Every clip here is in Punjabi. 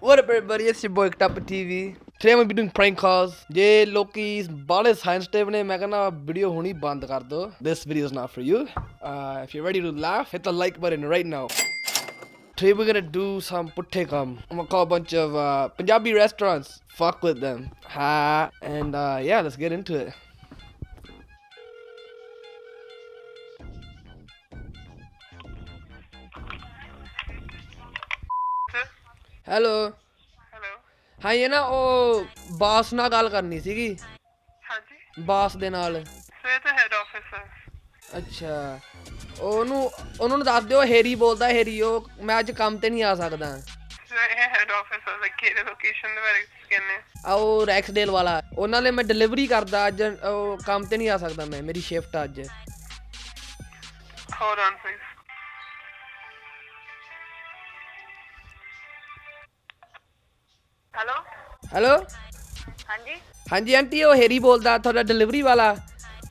What up, everybody? It's your boy Tapa TV. Today I'm gonna be doing prank calls. ਜੇ ਲੋਕੀ ਬਾਲੇ ਸੈਂਸਿਟਿਵ ਨੇ ਮੈਂ ਕਹਿੰਦਾ ਵੀਡੀਓ ਹੁਣੀ ਬੰਦ ਕਰ ਦਿਓ. This video is not for you. Uh, if you're ready to laugh, hit the like button right now. Today we're gonna do some putte kam. I'm gonna call a bunch of uh, Punjabi restaurants. Fuck with them. Ha. And uh, yeah, let's get into it. Hello hello ਹਾਂ ਇਹ ਨਾ ਉਹ ਬਾਸ ਨਾਲ ਗੱਲ ਕਰਨੀ ਸੀਗੀ ਹਾਂਜੀ ਬਾਸ ਦੇ ਨਾਲ ਸਵੇਰ ਤਾਂ ਹੈਡ ਆਫਿਸਰ ਅੱਛਾ ਉਹਨੂੰ ਉਹਨਾਂ ਨੂੰ ਦੱਸ ਦਿਓ ਹੈਰੀ ਬੋਲਦਾ ਹੈਰੀ ਉਹ ਮੈਂ ਅੱਜ ਕੰਮ ਤੇ ਨਹੀਂ ਆ ਸਕਦਾ ਸਵੇਰ ਹੈਡ ਆਫਿਸਰ ਦੇ ਕਿਹੜੇ ਲੋਕੇਸ਼ਨ ਦੇ ਬਾਰੇ ਕਿੰਨੇ ਆ ਉਹ ਰੈਕਸਡੇਲ ਵਾਲਾ ਉਹਨਾਂ ਲਈ ਮੈਂ ਡਿਲੀਵਰੀ ਕਰਦਾ ਅੱਜ ਉਹ ਕੰਮ ਤੇ ਨਹੀਂ ਆ ਸਕਦਾ ਮੈਂ ਮੇਰੀ ਸ਼ਿਫਟ ਅੱਜ hold on please hello hello ਹਾਂਜੀ ਹਾਂਜੀ ਆਂਟੀ ਉਹ ਹੈਰੀ ਬੋਲਦਾ ਤੁਹਾਡਾ ਡਿਲੀਵਰੀ ਵਾਲਾ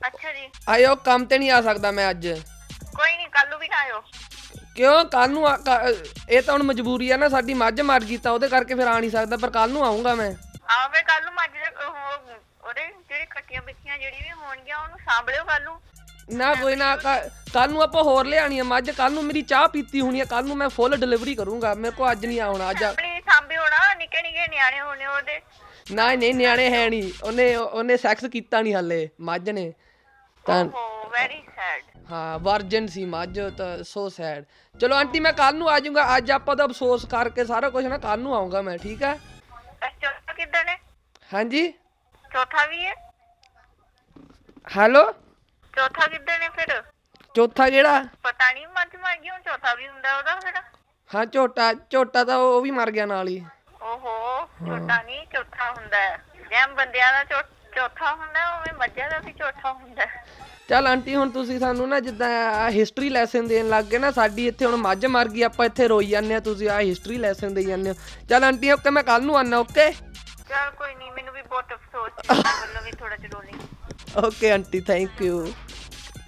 ਅੱਛਾ ਜੀ ਆਇਓ ਕੰਮ ਤੇ ਨਹੀਂ ਆ ਸਕਦਾ ਮੈਂ ਅੱਜ ਕੋਈ ਨਹੀਂ ਕੱਲ ਨੂੰ ਵੀ ਆਇਓ ਕਿਉਂ ਕੱਲ ਨੂੰ ਆ- ਕ- ਇਹ ਤਾਂ ਹੁਣ ਮਜਬੂਰੀ ਆ ਨਾ ਸਾਡੀ ਮੱਝ ਮਰ ਗਈ ਤਾਂ ਉਹਦੇ ਕਰਕੇ ਫਿਰ ਆ ਨਹੀਂ ਸਕਦਾ ਪਰ ਕੱਲ ਨੂੰ ਆਉਂਗਾ ਮੈਂ ਆਵੇ ਕੱਲ ਨੂੰ ਮੱਝ ਦੇ ਉਹ- ਉਹਦੇ ਜਿਹੜੇ ਕੱਟੀਆਂ ਬਿੱਕੀਆਂ ਜਿਹੜੀ ਵੀ ਹੋਣਗੀਆਂ ਉਹਨੂੰ ਸਾਂਭ ਲਿਓ ਕੱਲ ਨੂੰ ਨਾ ਕੋਈ ਨਾ ਕੱਲ ਨੂੰ ਆਪਾਂ ਹੋਰ ਲਿਆਣੀ ਆ ਮੱਝ ਕੱਲ ਨੂੰ ਮੇਰੀ ਚਾਹ ਪੀਤੀ ਹੋਣੀ ਆ ਕੱਲ ਨੂੰ ਮੈਂ ਫੁੱਲ ਡਿਲੀਵਰੀ ਕਰੂੰਗਾ ਮੇਰੇ ਕੋ ਅੱਜ ਨਹੀਂ ਆਉਣਾ ਅੱਜ ਆ- ਆਪਣੀ ਸਾਂਭੀ ਹੋਣਾ ਨਿੱਕੇ ਨਿੱਕੇ ਨਿਆਣੇ ਹੋਣੇ ਉਹਦੇ ਨਾ ਨਹੀਂ ਨਿਆਣੇ ਹੈ ਨਹੀਂ ਉਹਨੇ ਉਹਨੇ ਸੈਕਸ ਕੀਤਾ ਨਹੀਂ ਹਾਲੇ ਮੱਝ ਨੇ ਤਾਂ ਓਹ ਵੈਰੀ ਸੈਡ ਹਾਂ ਵਰਜਨ ਸੀ ਮੱਝ ਉਹ ਤਾਂ ਸੋ ਸੈਡ ਚਲੋ ਆਂਟੀ ਮੈਂ ਕੱਲ ਨੂੰ ਆ ਜਾਊਂਗਾ ਅੱਜ ਆਪਾਂ ਤਾਂ ਅਫਸੋਸ ਕਰਕੇ ਸਾਰਾ ਕੁਝ ਨਾ ਕੱਲ ਨੂੰ ਆਉਂਗਾ ਮੈਂ ਠੀਕ ਹੈ ਚੌਥਾ ਕਿੱਦਾਂ ਨੇ ਹਾਂਜੀ ਚੌਥਾ ਵੀ ਹੈ ਹੈਲੋ ਚੌਥਾ ਕਿੱਦਾਂ ਨੇ ਫਿਰ ਚੌਥਾ ਕਿਹੜਾ ਪਤਾ ਨਹੀਂ ਮੱਝ ਮਰ ਗਈ ਹੁਣ ਚੌਥਾ ਵੀ ਹੁੰਦਾ ਉਹਦਾ ਫਿਰ ਹਾਂ ਝੋਟਾ ਝੋਟਾ ਤਾਂ ਉਹ ਵੀ ਮਰ ਗਿਆ ਨਾਲ ਹੀ ਓਹੋ ਛੋਟਾ ਨਹੀਂ ਚੌਥਾ ਹੁੰਦਾ ਹੈ ਜਿਵੇਂ ਬੰਦਿਆਂ ਦਾ ਚੌ- ਚੌਥਾ ਹੁੰਦਾ ਹੈ, ਉਵੇਂ ਮੱਝਾਂ ਦਾ ਵੀ ਚੌਥਾ ਹੁੰਦਾ ਹੈ। ਚੱਲ ਆਂਟੀ ਹੁਣ ਤੁਸੀਂ ਸਾਨੂੰ ਨਾ ਜਿੱਦਾਂ ਹਿਸਟਰੀ ਲੈਸਨ ਦੇਣ ਲੱਗ ਗਏ ਨਾ ਸਾਡੀ ਇੱਥੇ ਹੁਣ ਮੱਝ ਮਰ ਗਈ ਆਪਾਂ ਇੱਥੇ ਰੋਈ ਜਾਂਦੇ ਆ ਤੁਸੀਂ ਆ ਹਿਸਟਰੀ ਲੈਸਨ ਦੇਈ ਜਾਂਦੇ ਹੋ ਚੱਲ ਆਂਟੀ ਓਕੇ ਮੈਂ ਕੱਲ ਨੂੰ ਆਨਾ ਓਕੇ ਚੱਲ ਕੋਈ ਨਹੀਂ ਮੈਨੂੰ ਵੀ ਬਹੁਤ ਅਫਸੋਸ ਸੀ ਮੇਰੇ ਵੱਲੋਂ ਵੀ ਥੋੜਾ ਜਿਹਾ ਰੋਲੀ okay aunty thank you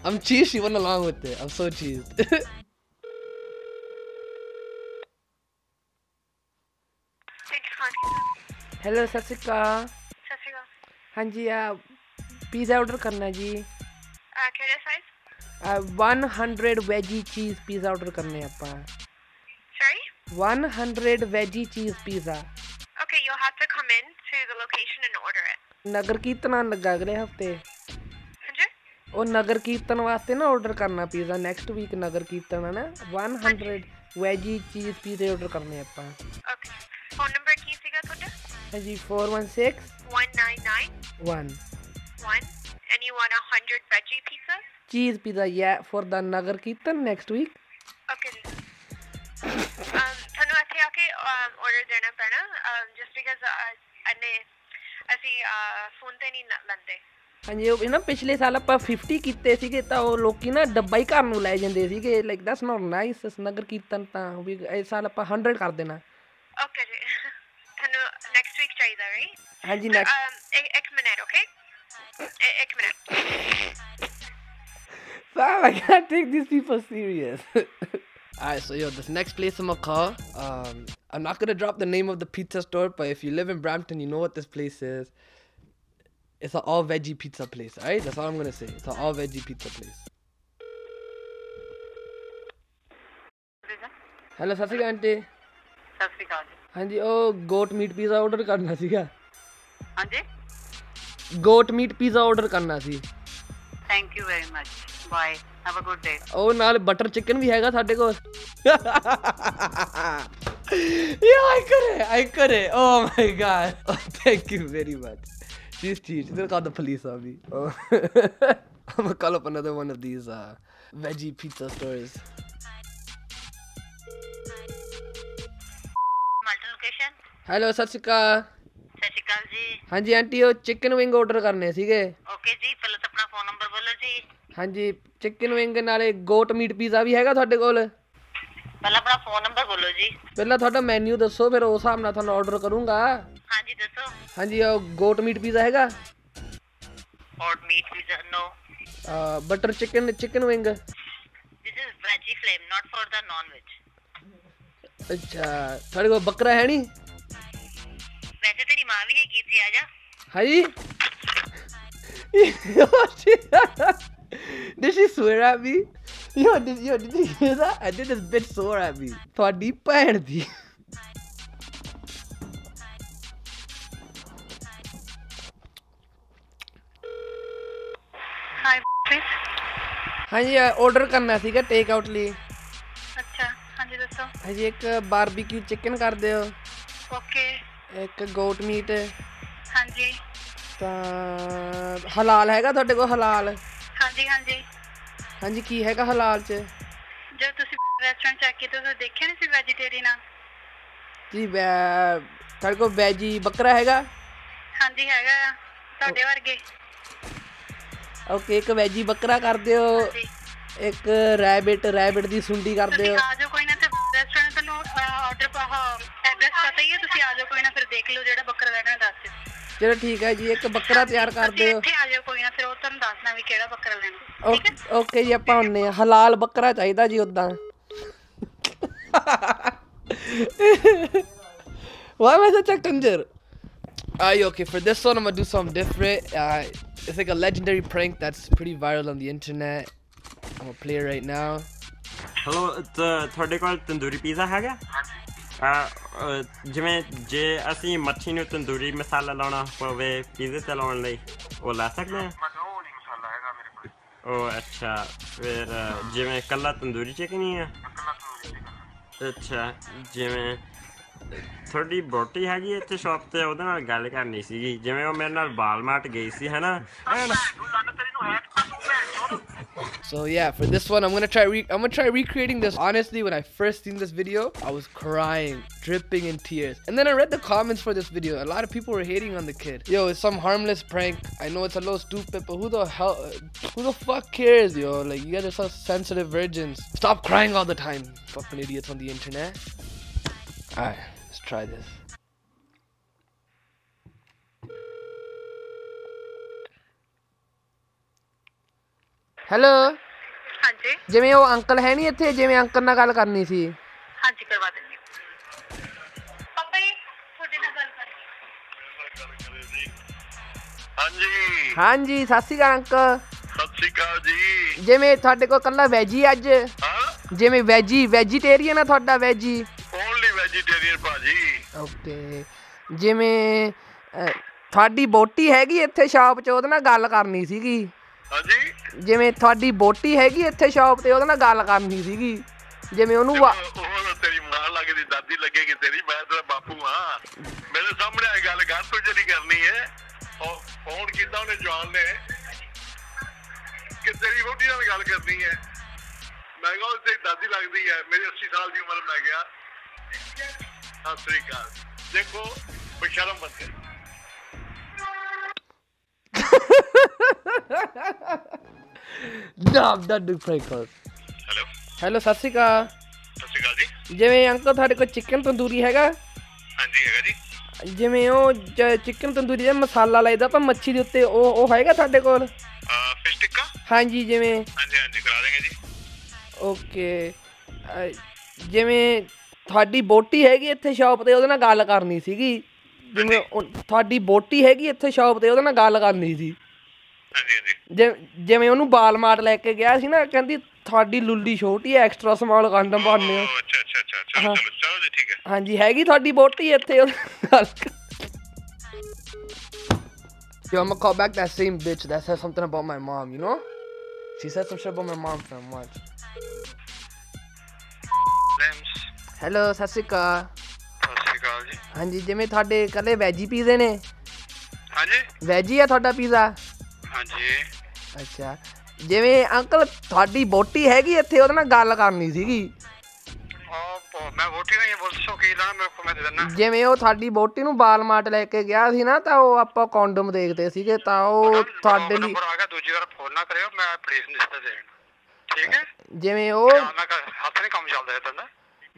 um cheese ਹੀ one along with it um so cheese hello ਸਤਿ ਸ਼੍ਰੀ ਅਕਾਲ ਸਤਿ ਸ਼੍ਰੀ ਅਕਾਲ ਹਾਂਜੀ ਆ ਪੀਜ਼ਾ ਆਰਡਰ ਕਰਨਾ ਜੀ ਆ ਕਿਹੜੇ ਸਾਈਜ਼ ਆ, 100 ਵੈਜੀ ਚੀਜ਼ ਪੀਜ਼ਾ ਆਰਡਰ ਕਰਨੇ ਆਪਾਂ sorry 100 veggie cheese pizza okay you have to come in to the location and order it Nagar Kirtan ਲੱਗਾ ਅਗਲੇ ਹਫਤੇ ਹਾਂਜੀ ਉਹ ਨਗਰ ਕੀਰਤਨ ਵਾਸਤੇ ਨਾ ਆਰਡਰ ਕਰਨਾ pizza next week Nagar Kirtan ਹੈ ਨਾ 100 ਵੈਜੀ ਚੀਜ਼ ਪੀਜ਼ੇ ਆਰਡਰ ਕਰਨੇ ਆਪਾਂ ਓਕੇ ਫੋਨ ਨੰਬਰ ਕੀ ਸੀਗਾ ਤੁਹਾਡਾ ਹਾਂਜੀ 4161 199 one and you want a hundred veggie pizzas? Cheese pizza ਯਾ for the Nagar Kirtan next week Okay. um, ਤੁਹਾਨੂੰ ਇੱਥੇ ਆ ਕੇ ਆਰਡਰ ਦੇਣਾ ਪੈਣਾ um, ਜਸਟ ਬਿਕਾਜ਼ ਅਨੇ uh, ਅਸੀਂ ਫੋਨ ਤੇ ਨਹੀਂ ਲ- ਲੈਂਦੇ ਹਾਂਜੀ ਉਹ ਨਾ ਪਿਛਲੇ ਸਾਲ ਆਪਾਂ 50 ਕੀਤੇ ਸੀਗੇ ਤਾਂ ਉਹ ਲੋਕੀ ਨਾ ਡੱਬਾ ਹੀ ਘਰ ਨੂੰ ਲੈ ਜਾਂਦੇ ਸੀਗੇ like that's not nice Nagar Kirtan ਤਾਂ ਵੀ ਇਸ ਸਾਲ ਆਪਾਂ 100 ਕਰ ਦੇਣਾ ਓਕੇ ਜੀ ਤੁਹਾਨੂੰ ਨੈਕਸਟ ਵੀਕ ਚਾਹੀਦਾ ਰਾਈਟ ਹਾਂਜੀ ਨੈਕਸਟ ਇੱਕ ਮਿੰਟ ਓਕੇ ਇੱਕ minute Fam, I can't take these people serious. Alright, so yo, this next place I'm gonna call. Um, I'm not gonna drop the name of the pizza store, but if you live in Brampton, you know what this place is. It's an all veggie pizza place. Alright, that's all I'm gonna say. It's an all veggie pizza place. Hello ਸਤਿ ਸ਼੍ਰੀ ਅਕਾਲ ਆਂਟੀ ਸਤਿ ਸ਼੍ਰੀ ਅਕਾਲ ਜੀ ਹਾਂਜੀ ਉਹ ਗੋਟ ਮੀਟ ਪੀਜ਼ਾ ਆਰਡਰ ਕਰਨਾ ਸੀਗਾ ਹਾਂਜੀ ਗੋਟ ਮੀਟ ਪੀਜ਼ਾ ਆਰਡਰ ਕਰਨਾ ਸੀ thank you very much bye have a good day ਉਹ ਨਾਲ ਬਟਰ ਚਿਕਨ ਵੀ ਹੈਗਾ ਸਾਡੇ ਕੋਲ ਯਾ ਆਈ ਕਰੇ ਆਈ ਕਰੇ oh my God thank you very much ਜੀਸ ਚੀਜ਼ ਇਧਰ ਕਾ ਦ ਪੁਲਿਸ ਆ ਵੀ Oh। Um call up another one of these veggie pizza stores multi location hello ਸਤਿ ਸ਼੍ਰੀ ਅਕਾਲ ਸਤਿ ਸ਼੍ਰੀ ਅਕਾਲ ਜੀ ਹਾਂਜੀ ਆਂਟੀ ਉਹ ਚਿਕਨ ਵਿੰਗ ਆਰਡਰ ਕਰਨੇ ਸੀਗੇ ਓਕੇ ਜੀ ਪਹਿਲਾਂ ਤਾਂ ਆਪਣਾ ਫੋਨ ਨੰਬਰ ਬੋਲੋ ਜੀ ਹਾਂਜੀ ਚਿਕਨ ਵਿੰਗ ਨਾਲੇ ਗੋਟ ਮੀਟ ਪੀਜ਼ਾ ਵੀ ਹੈਗਾ ਤੁਹਾਡੇ ਕੋਲ ਪਹਿਲਾਂ ਆਪਣਾ ਫੋਨ ਨੰਬਰ ਬੋਲੋ ਜੀ ਪਹਿਲਾਂ ਤੁਹਾਡਾ ਮੈਨੂ ਦੱਸੋ ਫਿਰ ਉਸ ਹਿਸਾਬ ਨਾਲ ਤੁਹਾਨੂੰ ਆਰਡਰ ਕਰੂੰਗਾ ਹਾਂਜੀ ਦੱਸੋ ਹਾਂਜੀ ਉਹ ਗੋਟ ਮੀਟ ਪੀਜ਼ਾ ਹੈਗਾ ਔਰ meat pizza no butter chicken chicken wing This is veggie flame, not for the non-veg. ਅੱਛਾ ਤੁਹਾਡੇ ਕੋਲ ਬੱਕਰਾ ਹੈ ਨਹੀਂ ਮਾਂ ਵੀ ਇਹ ਕੀਤੀ ਆ ਜਾ Hi. did she swear at me? Yo, did, yo, did you hear that? I did this bitch swear at me. ਤੁਹਾਡੀ ਭੈਣ ਦੀ ਹਾਈ ਪਲੀਜ਼ ਹਾਂਜੀ ਆਰਡਰ ਕਰਨਾ ਸੀਗਾ ਟੇਕ ਆਊਟ ਲਈ ਅੱਛਾ ਹਾਂਜੀ ਦੱਸੋ ਹਾਂਜੀ ਇੱਕ ਬਾਰਬੀਕਿਊ ਚਿਕਨ ਕਰ ਦਿਓ ਓਕੇ ਇੱਕ ਗੋਟ ਮੀਟ ਹਾਂਜੀ ਤਾਂ ਹਲਾਲ ਹੈਗਾ ਤੁਹਾਡੇ ਕੋਲ ਹਲਾਲ ਹਾਂਜੀ ਹਾਂਜੀ ਹਾਂਜੀ ਕੀ ਹੈਗਾ ਹਲਾਲ ਚ ਜਦ ਤੁਸੀਂ ਰੈਸਟੋਰੈਂਟ ਚੈੱਕ ਕੀਤਾ ਤੁਸੀਂ ਦੇਖਿਆ ਨਹੀਂ ਸੀ ਵੈਜੀਟੇਰੀਅਨ ਆ ਜੀ ਵੈ- ਤੁਹਾਡੇ ਕੋਲ ਵੈਜੀ ਬੱਕਰਾ ਹੈਗਾ ਹਾਂਜੀ ਹੈਗਾ ਆ ਤੁਹਾਡੇ ਵਰਗੇ ਓਕੇ ਇੱਕ ਵੈਜੀ ਬੱਕਰਾ ਕਰ ਦਿਓ ਜੀ ਇੱਕ ਰੈਬਿਟ ਰੈਬਿਟ ਦੀ ਸੁੰਡੀ ਕਰ ਤੁਸੀਂ ਦਿਓ ਆ ਜਾਓ ਕੋਈ ਨਾ ਤੇ ਰੈਸਟੋਰੈਂਟ ਤੁਹਾਨੂੰ ਆਰਡਰ ਪਾ ਐਡਰੈਸ ਪਤਾ ਹੀ ਹੈ ਤੁਸੀਂ ਆ ਜਾਓ ਕੋਈ ਨਾ ਫਿਰ ਦੇਖ ਲਓ ਜਿਹੜਾ ਬੱਕਰਾ ਲੈਣਾ ਦੱਸ ਦਿਓ ਚਲੋ ਠੀਕ ਹੈ ਜੀ ਇੱਕ ਬੱਕਰਾ ਤਿਆਰ ਕਰ ਤੁਸੀਂ ਦਿਓ ਇੱਥੇ ਆ ਜਾਓ ਕੋਈ ਨਾ ਫਿਰ ਉਹ ਤੁਹਾਨੂੰ ਦੱਸਣਾ ਵੀ ਕਿਹੜਾ ਬੱਕਰਾ ਲੈਣਾ ਓਕ- ਓਕੇ ਜੀ ਆਪਾਂ ਹੁੰਨੇ ਆ ਹਲਾਲ ਬੱਕਰਾ ਚਾਹੀਦਾ ਜੀ ਉਦਾਂ ਵਾਹ ਮੈਂ ਸੱਚਾ ਕੰਜਰ Ah, yo, okay. For this one, I'm gonna do something different. Uh, it's like a legendary prank that's pretty viral on the internet. I'm gonna play it right now. Hello ਤ- ਤੁਹਾਡੇ ਕੋਲ ਤੰਦੂਰੀ ਪੀਜ਼ਾ ਹੈਗਾ ਅ, ਅ, ਜਿਵੇਂ ਜੇ ਅਸੀਂ ਮੱਛੀ ਨੂੰ ਤੰਦੂਰੀ ਮਸਾਲਾ ਲਾਉਣਾ ਪਵੇ ਪੀਜ਼ੇ ਤੇ ਲਾਉਣ ਲਈ ਉਹ ਲਾ ਸਕਦੇ ਹਾਂ ਮਗਰੋਨੀ ਮਸਾਲਾ ਹੈਗਾ ਮੇਰੇ ਕੋਲ ਉਹ ਅੱਛਾ ਫਿਰ ਅ, ਜਿਵੇਂ ਕੱਲਾ ਤੰਦੂਰੀ ਚਿਕਨ ਹੀ ਆ ਇਕੱਲਾ ਤੰਦੂਰੀ ਚਿਕਨ ਅੱਛਾ ਜਿਵੇਂ ਤੁਹਾਡੀ ਬੋਟੀ ਹੈਗੀ ਇੱਥੇ ਸ਼ਾਪ ਤੇ ਉਹਦੇ ਨਾਲ ਗੱਲ ਕਰਨੀ ਸੀਗੀ ਜਿਵੇਂ ਉਹ ਮੇਰੇ ਨਾਲ ਵਾਲਮਾਰਟ ਗਈ ਸੀ ਹੈਨਾ ਐਨ ਤੂੰ ਲੰਨ ਤੇਰੀ ਨੂੰ ਹੈਕ ਕਰ ਤੂੰ ਭੈਣ ਚੋਦ So yeah, for this one, I'm gonna try. Re- I'm gonna try recreating this. Honestly, when I first seen this video, I was crying, dripping in tears. And then I read the comments for this video. A lot of people were hating on the kid. Yo, it's some harmless prank. I know it's a little stupid, but who the hell, who the fuck cares, yo? Like you guys are such sensitive virgins. Stop crying all the time, fucking idiots on the internet. Alright, let's try this. Hello. ਹਾਂਜੀ ਜਿਵੇਂ ਉਹ ਅੰਕਲ ਹੈ ਨਹੀਂ ਇੱਥੇ ਜਿਵੇਂ ਅੰਕਲ ਨਾਲ ਗੱਲ ਕਰਨੀ ਸੀ ਹਾਂਜੀ ਕਰਵਾ ਦਿੰਦੀ ਪਾਪਾ ਜੀ ਤੁਹਾਡੇ ਨਾਲ ਗੱਲ ਕਰਨੀ ਹਾਂਜੀ ਹਾਂਜੀ ਸਤਿ ਸ਼੍ਰੀ ਅਕਾਲ ਅੰਕਲ ਸਤਿ ਸ਼੍ਰੀ ਅਕਾਲ ਜੀ ਜਿਵੇਂ ਤੁਹਾਡੇ ਕੋਲ ਕੱਲਾ ਵੈਜੀ ਅੱਜ ਹਾਂ ਜਿਵੇਂ ਵੈਜੀ ਵੈਜੀਟੇਰੀਅਨ ਆ ਤੁਹਾਡਾ ਵੈਜੀ ਓਨਲੀ ਵੈਜੀਟੇਰੀਅਨ ਭਾਜੀ ਓਕੇ ਜਿਵੇਂ ਅਹ, ਤੁਹਾਡੀ ਬੋਟੀ ਹੈਗੀ ਇੱਥੇ ਸ਼ਾਪ 'ਚ ਉਹਦੇ ਨਾਲ ਗੱਲ ਕਰਨੀ ਸੀਗੀ ਹਾਂਜੀ ਜਿਵੇਂ ਤੁਹਾਡੀ ਬੋਟੀ ਹੈਗੀ ਇੱਥੇ ਸ਼ਾਪ ਤੇ ਉਹਦੇ ਨਾਲ ਗੱਲ ਕਰਨੀ ਸੀਗੀ ਜਿਵੇਂ ਉਹਨੂੰ ਵਾ- ਉਹ ਉਹ ਤੇਰੀ ਮਾਂ ਲੱਗਦੀ ਦਾਦੀ ਲੱਗੇਗੀ ਤੇਰੀ ਮੈਂ ਤੇਰਾ ਬਾਪੂ ਹਾਂ ਮੇਰੇ ਸਾਹਮਣੇ ਆ ਗੱਲ ਕਰ ਤੂੰ ਜਿਹੜੀ ਕਰਨੀ ਹੈ ਉਹ ਫੋਨ ਕੀਤਾ ਉਹਨੇ ਜਵਾਨ ਨੇ ਕਿ ਤੇਰੀ ਵੋਟੀ ਨਾਲ ਗੱਲ ਕਰਨੀ ਹੈ ਮੈਂ ਕਿਹਾ ਉਹ ਤੇਰੀ ਦਾਦੀ ਲੱਗਦੀ ਹੈ ਮੇਰੀ 80 ਸਾਲ ਦੀ ਉਮਰ ਮੈਂ ਗਿਆ ਸਤਿ ਸ੍ਰੀ ਅਕਾਲ ਦੇਖੋ ਬਸ਼ਰਮ ਬੰਦੇ ਨਾ ਦਾ ਡੂ ਫਰੇਕਲ ਹੈਲੋ ਹੈਲੋ ਸਤਿ ਸ਼੍ਰੀ ਅਕਾਲ ਸਤਿ ਸ੍ਰੀ ਅਕਾਲ ਜੀ ਜਿਵੇਂ ਅੰਕਲ ਤੁਹਾਡੇ ਕੋਲ ਚਿਕਨ ਤੰਦੂਰੀ ਹੈਗਾ ਹਾਂਜੀ ਹੈਗਾ ਜੀ ਜਿਵੇਂ ਉਹ ਚਿਕਨ ਤੰਦੂਰੀ ਦਾ ਮਸਾਲਾ ਲਾਈਦਾ ਆਪਾਂ ਮੱਛੀ ਦੇ ਉੱਤੇ ਉਹ ਉਹ ਹੈਗਾ ਤੁਹਾਡੇ ਕੋਲ ਫਿਸ਼ ਟਿੱਕਾ ਹਾਂਜੀ ਜਿਵੇਂ ਹਾਂਜੀ ਹਾਂਜੀ ਕਰਾ ਦੇਗੇ ਜੀ ਓਕੇ ਜਿਵੇਂ ਤੁਹਾਡੀ ਬੋਟੀ ਹੈਗੀ ਇੱਥੇ ਸ਼ਾਪ ਤੇ ਉਹਦੇ ਨਾਲ ਗੱਲ ਕਰਨੀ ਸੀਗੀ ਜਿਵੇਂ ਉਹ- ਤੁਹਾਡੀ ਬੋਟੀ ਹੈਗੀ ਇੱਥੇ ਸ਼ਾਪ ਤੇ ਉਹਦੇ ਨਾਲ ਗੱਲ ਕਰਨੀ ਸੀ ਹਾਂਜੀ ਹਾਂਜੀ ਜਿਵੇਂ- ਜਿਵੇਂ ਉਹਨੂੰ ਬਾਲਮਾਟ ਲੈ ਕੇ ਗਿਆ ਸੀ ਨਾ ਕਹਿੰਦੀ ਤੁਹਾਡੀ ਲੁੱਲੀ ਛੋਟੀ ਐ ਐਕਸਟਰਾ ਸਮਾਲ ਕੰਡਮ ਪਾਉਂਦੇ ਹੋ ਅੱਛਾ ਅੱਛਾ ਅੱਛਾ ਚਲੋ ਚਲੋ ਜੀ ਠੀਕ ਹੈ ਹਾਂਜੀ ਹੈਗੀ ਤੁਹਾਡੀ ਬੋਟੀ ਇੱਥੇ ਉਹਦੇ ਨਾਲ Yo, I'm gonna call back that same bitch that said something about my mom, you know? She said some shit about my mom for a month. ਲੈਮਸ ਹੈਲੋ ਸਤਿ ਸ਼੍ਰੀ ਅਕਾਲ ਸਤਿ ਸ਼੍ਰੀ ਅਕਾਲ ਜੀ ਹਾਂਜੀ ਜਿਵੇਂ ਤੁਹਾਡੇ ਕੱਲੇ ਵੈਜੀ ਪੀਜ਼ੇ ਨੇ ਹਾਂਜੀ ਵੈਜੀ ਆ ਤੁਹਾਡਾ ਪੀਜ਼ਾ ਹਾਂਜੀ ਅੱਛਾ ਜਿਵੇਂ ਅੰਕਲ ਤੁਹਾਡੀ ਬੋਟੀ ਹੈਗੀ ਇੱਥੇ ਉਹਦੇ ਨਾਲ ਗੱਲ ਕਰਨੀ ਸੀਗੀ ਉਹ ਮੈਂ ਵੋਟੀ ਨਹੀਂ ਬੋਲ ਸੋ ਕੀ ਲੈਣਾ ਮੇਰੇ ਕੋਲ ਮੈਂ ਦੇ ਦੇਣਾ ਜਿਵੇਂ ਉਹ ਤੁਹਾਡੀ ਬੋਟੀ ਨੂੰ ਬਾਲਮਾਟ ਲੈ ਕੇ ਗਿਆ ਸੀ ਨਾ ਤਾਂ ਉਹ ਆਪਾਂ ਕੌਂਡਮ ਦੇਖਦੇ ਸੀਗੇ ਤਾਂ ਉਹ ਤੁਹਾਡੇ ਲਈ ਨੰਬਰ ਆ ਗਿਆ ਦੂਜੀ ਵਾਰ ਫੋਨ ਨਾ ਕਰਿਓ ਮੈਂ ਪੁਲਿਸ ਨੂੰ ਦਿੱਤਾ ਦੇਣ ਠੀਕ ਹੈ ਜਿਵੇਂ ਉਹ ਧਿਆਨ ਨਾਲ ਕਰ ਹੱਥ ਨਹੀਂ ਕੰਮ ਚੱਲਦਾ ਇਦਾਂ ਦਾ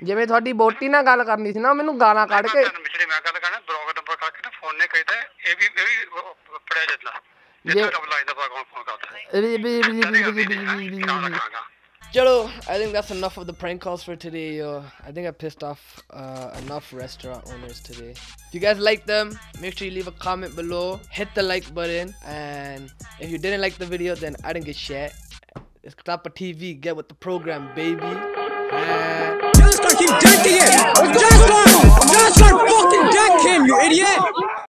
ਜਿਵੇਂ ਤੁਹਾਡੀ ਬੋਟੀ ਨਾਲ ਗੱਲ ਕਰਨੀ ਸੀ ਨਾ ਮੈਨੂੰ ਗਾਲਾਂ ਕੱਢ ਕੇ ਮਿਚੜੀ ਮੈਂ ਗੱਲ ਕਰਨਾ ਬਲੌਗ ਨੰਬਰ ਕਰਕੇ ਨਾ ਫੋਨ ਨੇ ਕਹਿਦਾ ਇਹ ਵੀ ਇਹ ਵੀ ਪੜਿਆ ਜਾਂਦਾ ਜੇ- ਜੇ ਡਬਲ ਲਾਈਨ ਦਾ ਬਾਗੋਂ ਫੋਨ ਕਰਦਾ ਵੀ- ਵੀ- ਵੀ- ਵੀ- ਕਦੇ ਵੀ- ਕਰਦੀ ਵੀ- ਨਹੀਂ ਵੀ- ਹਾਂ, ਧਿਆਨ ਰੱਖਾਂਗਾ Chalo, I think that's enough of the prank calls for today. Yo. I think I pissed off uh, enough restaurant owners today. If you guys like them, make sure you leave a comment below, hit the like button, and if you didn't like the video, then I didn't get shit. It's Tapa TV. Get with the program, baby. And- Just gonna keep drinking it.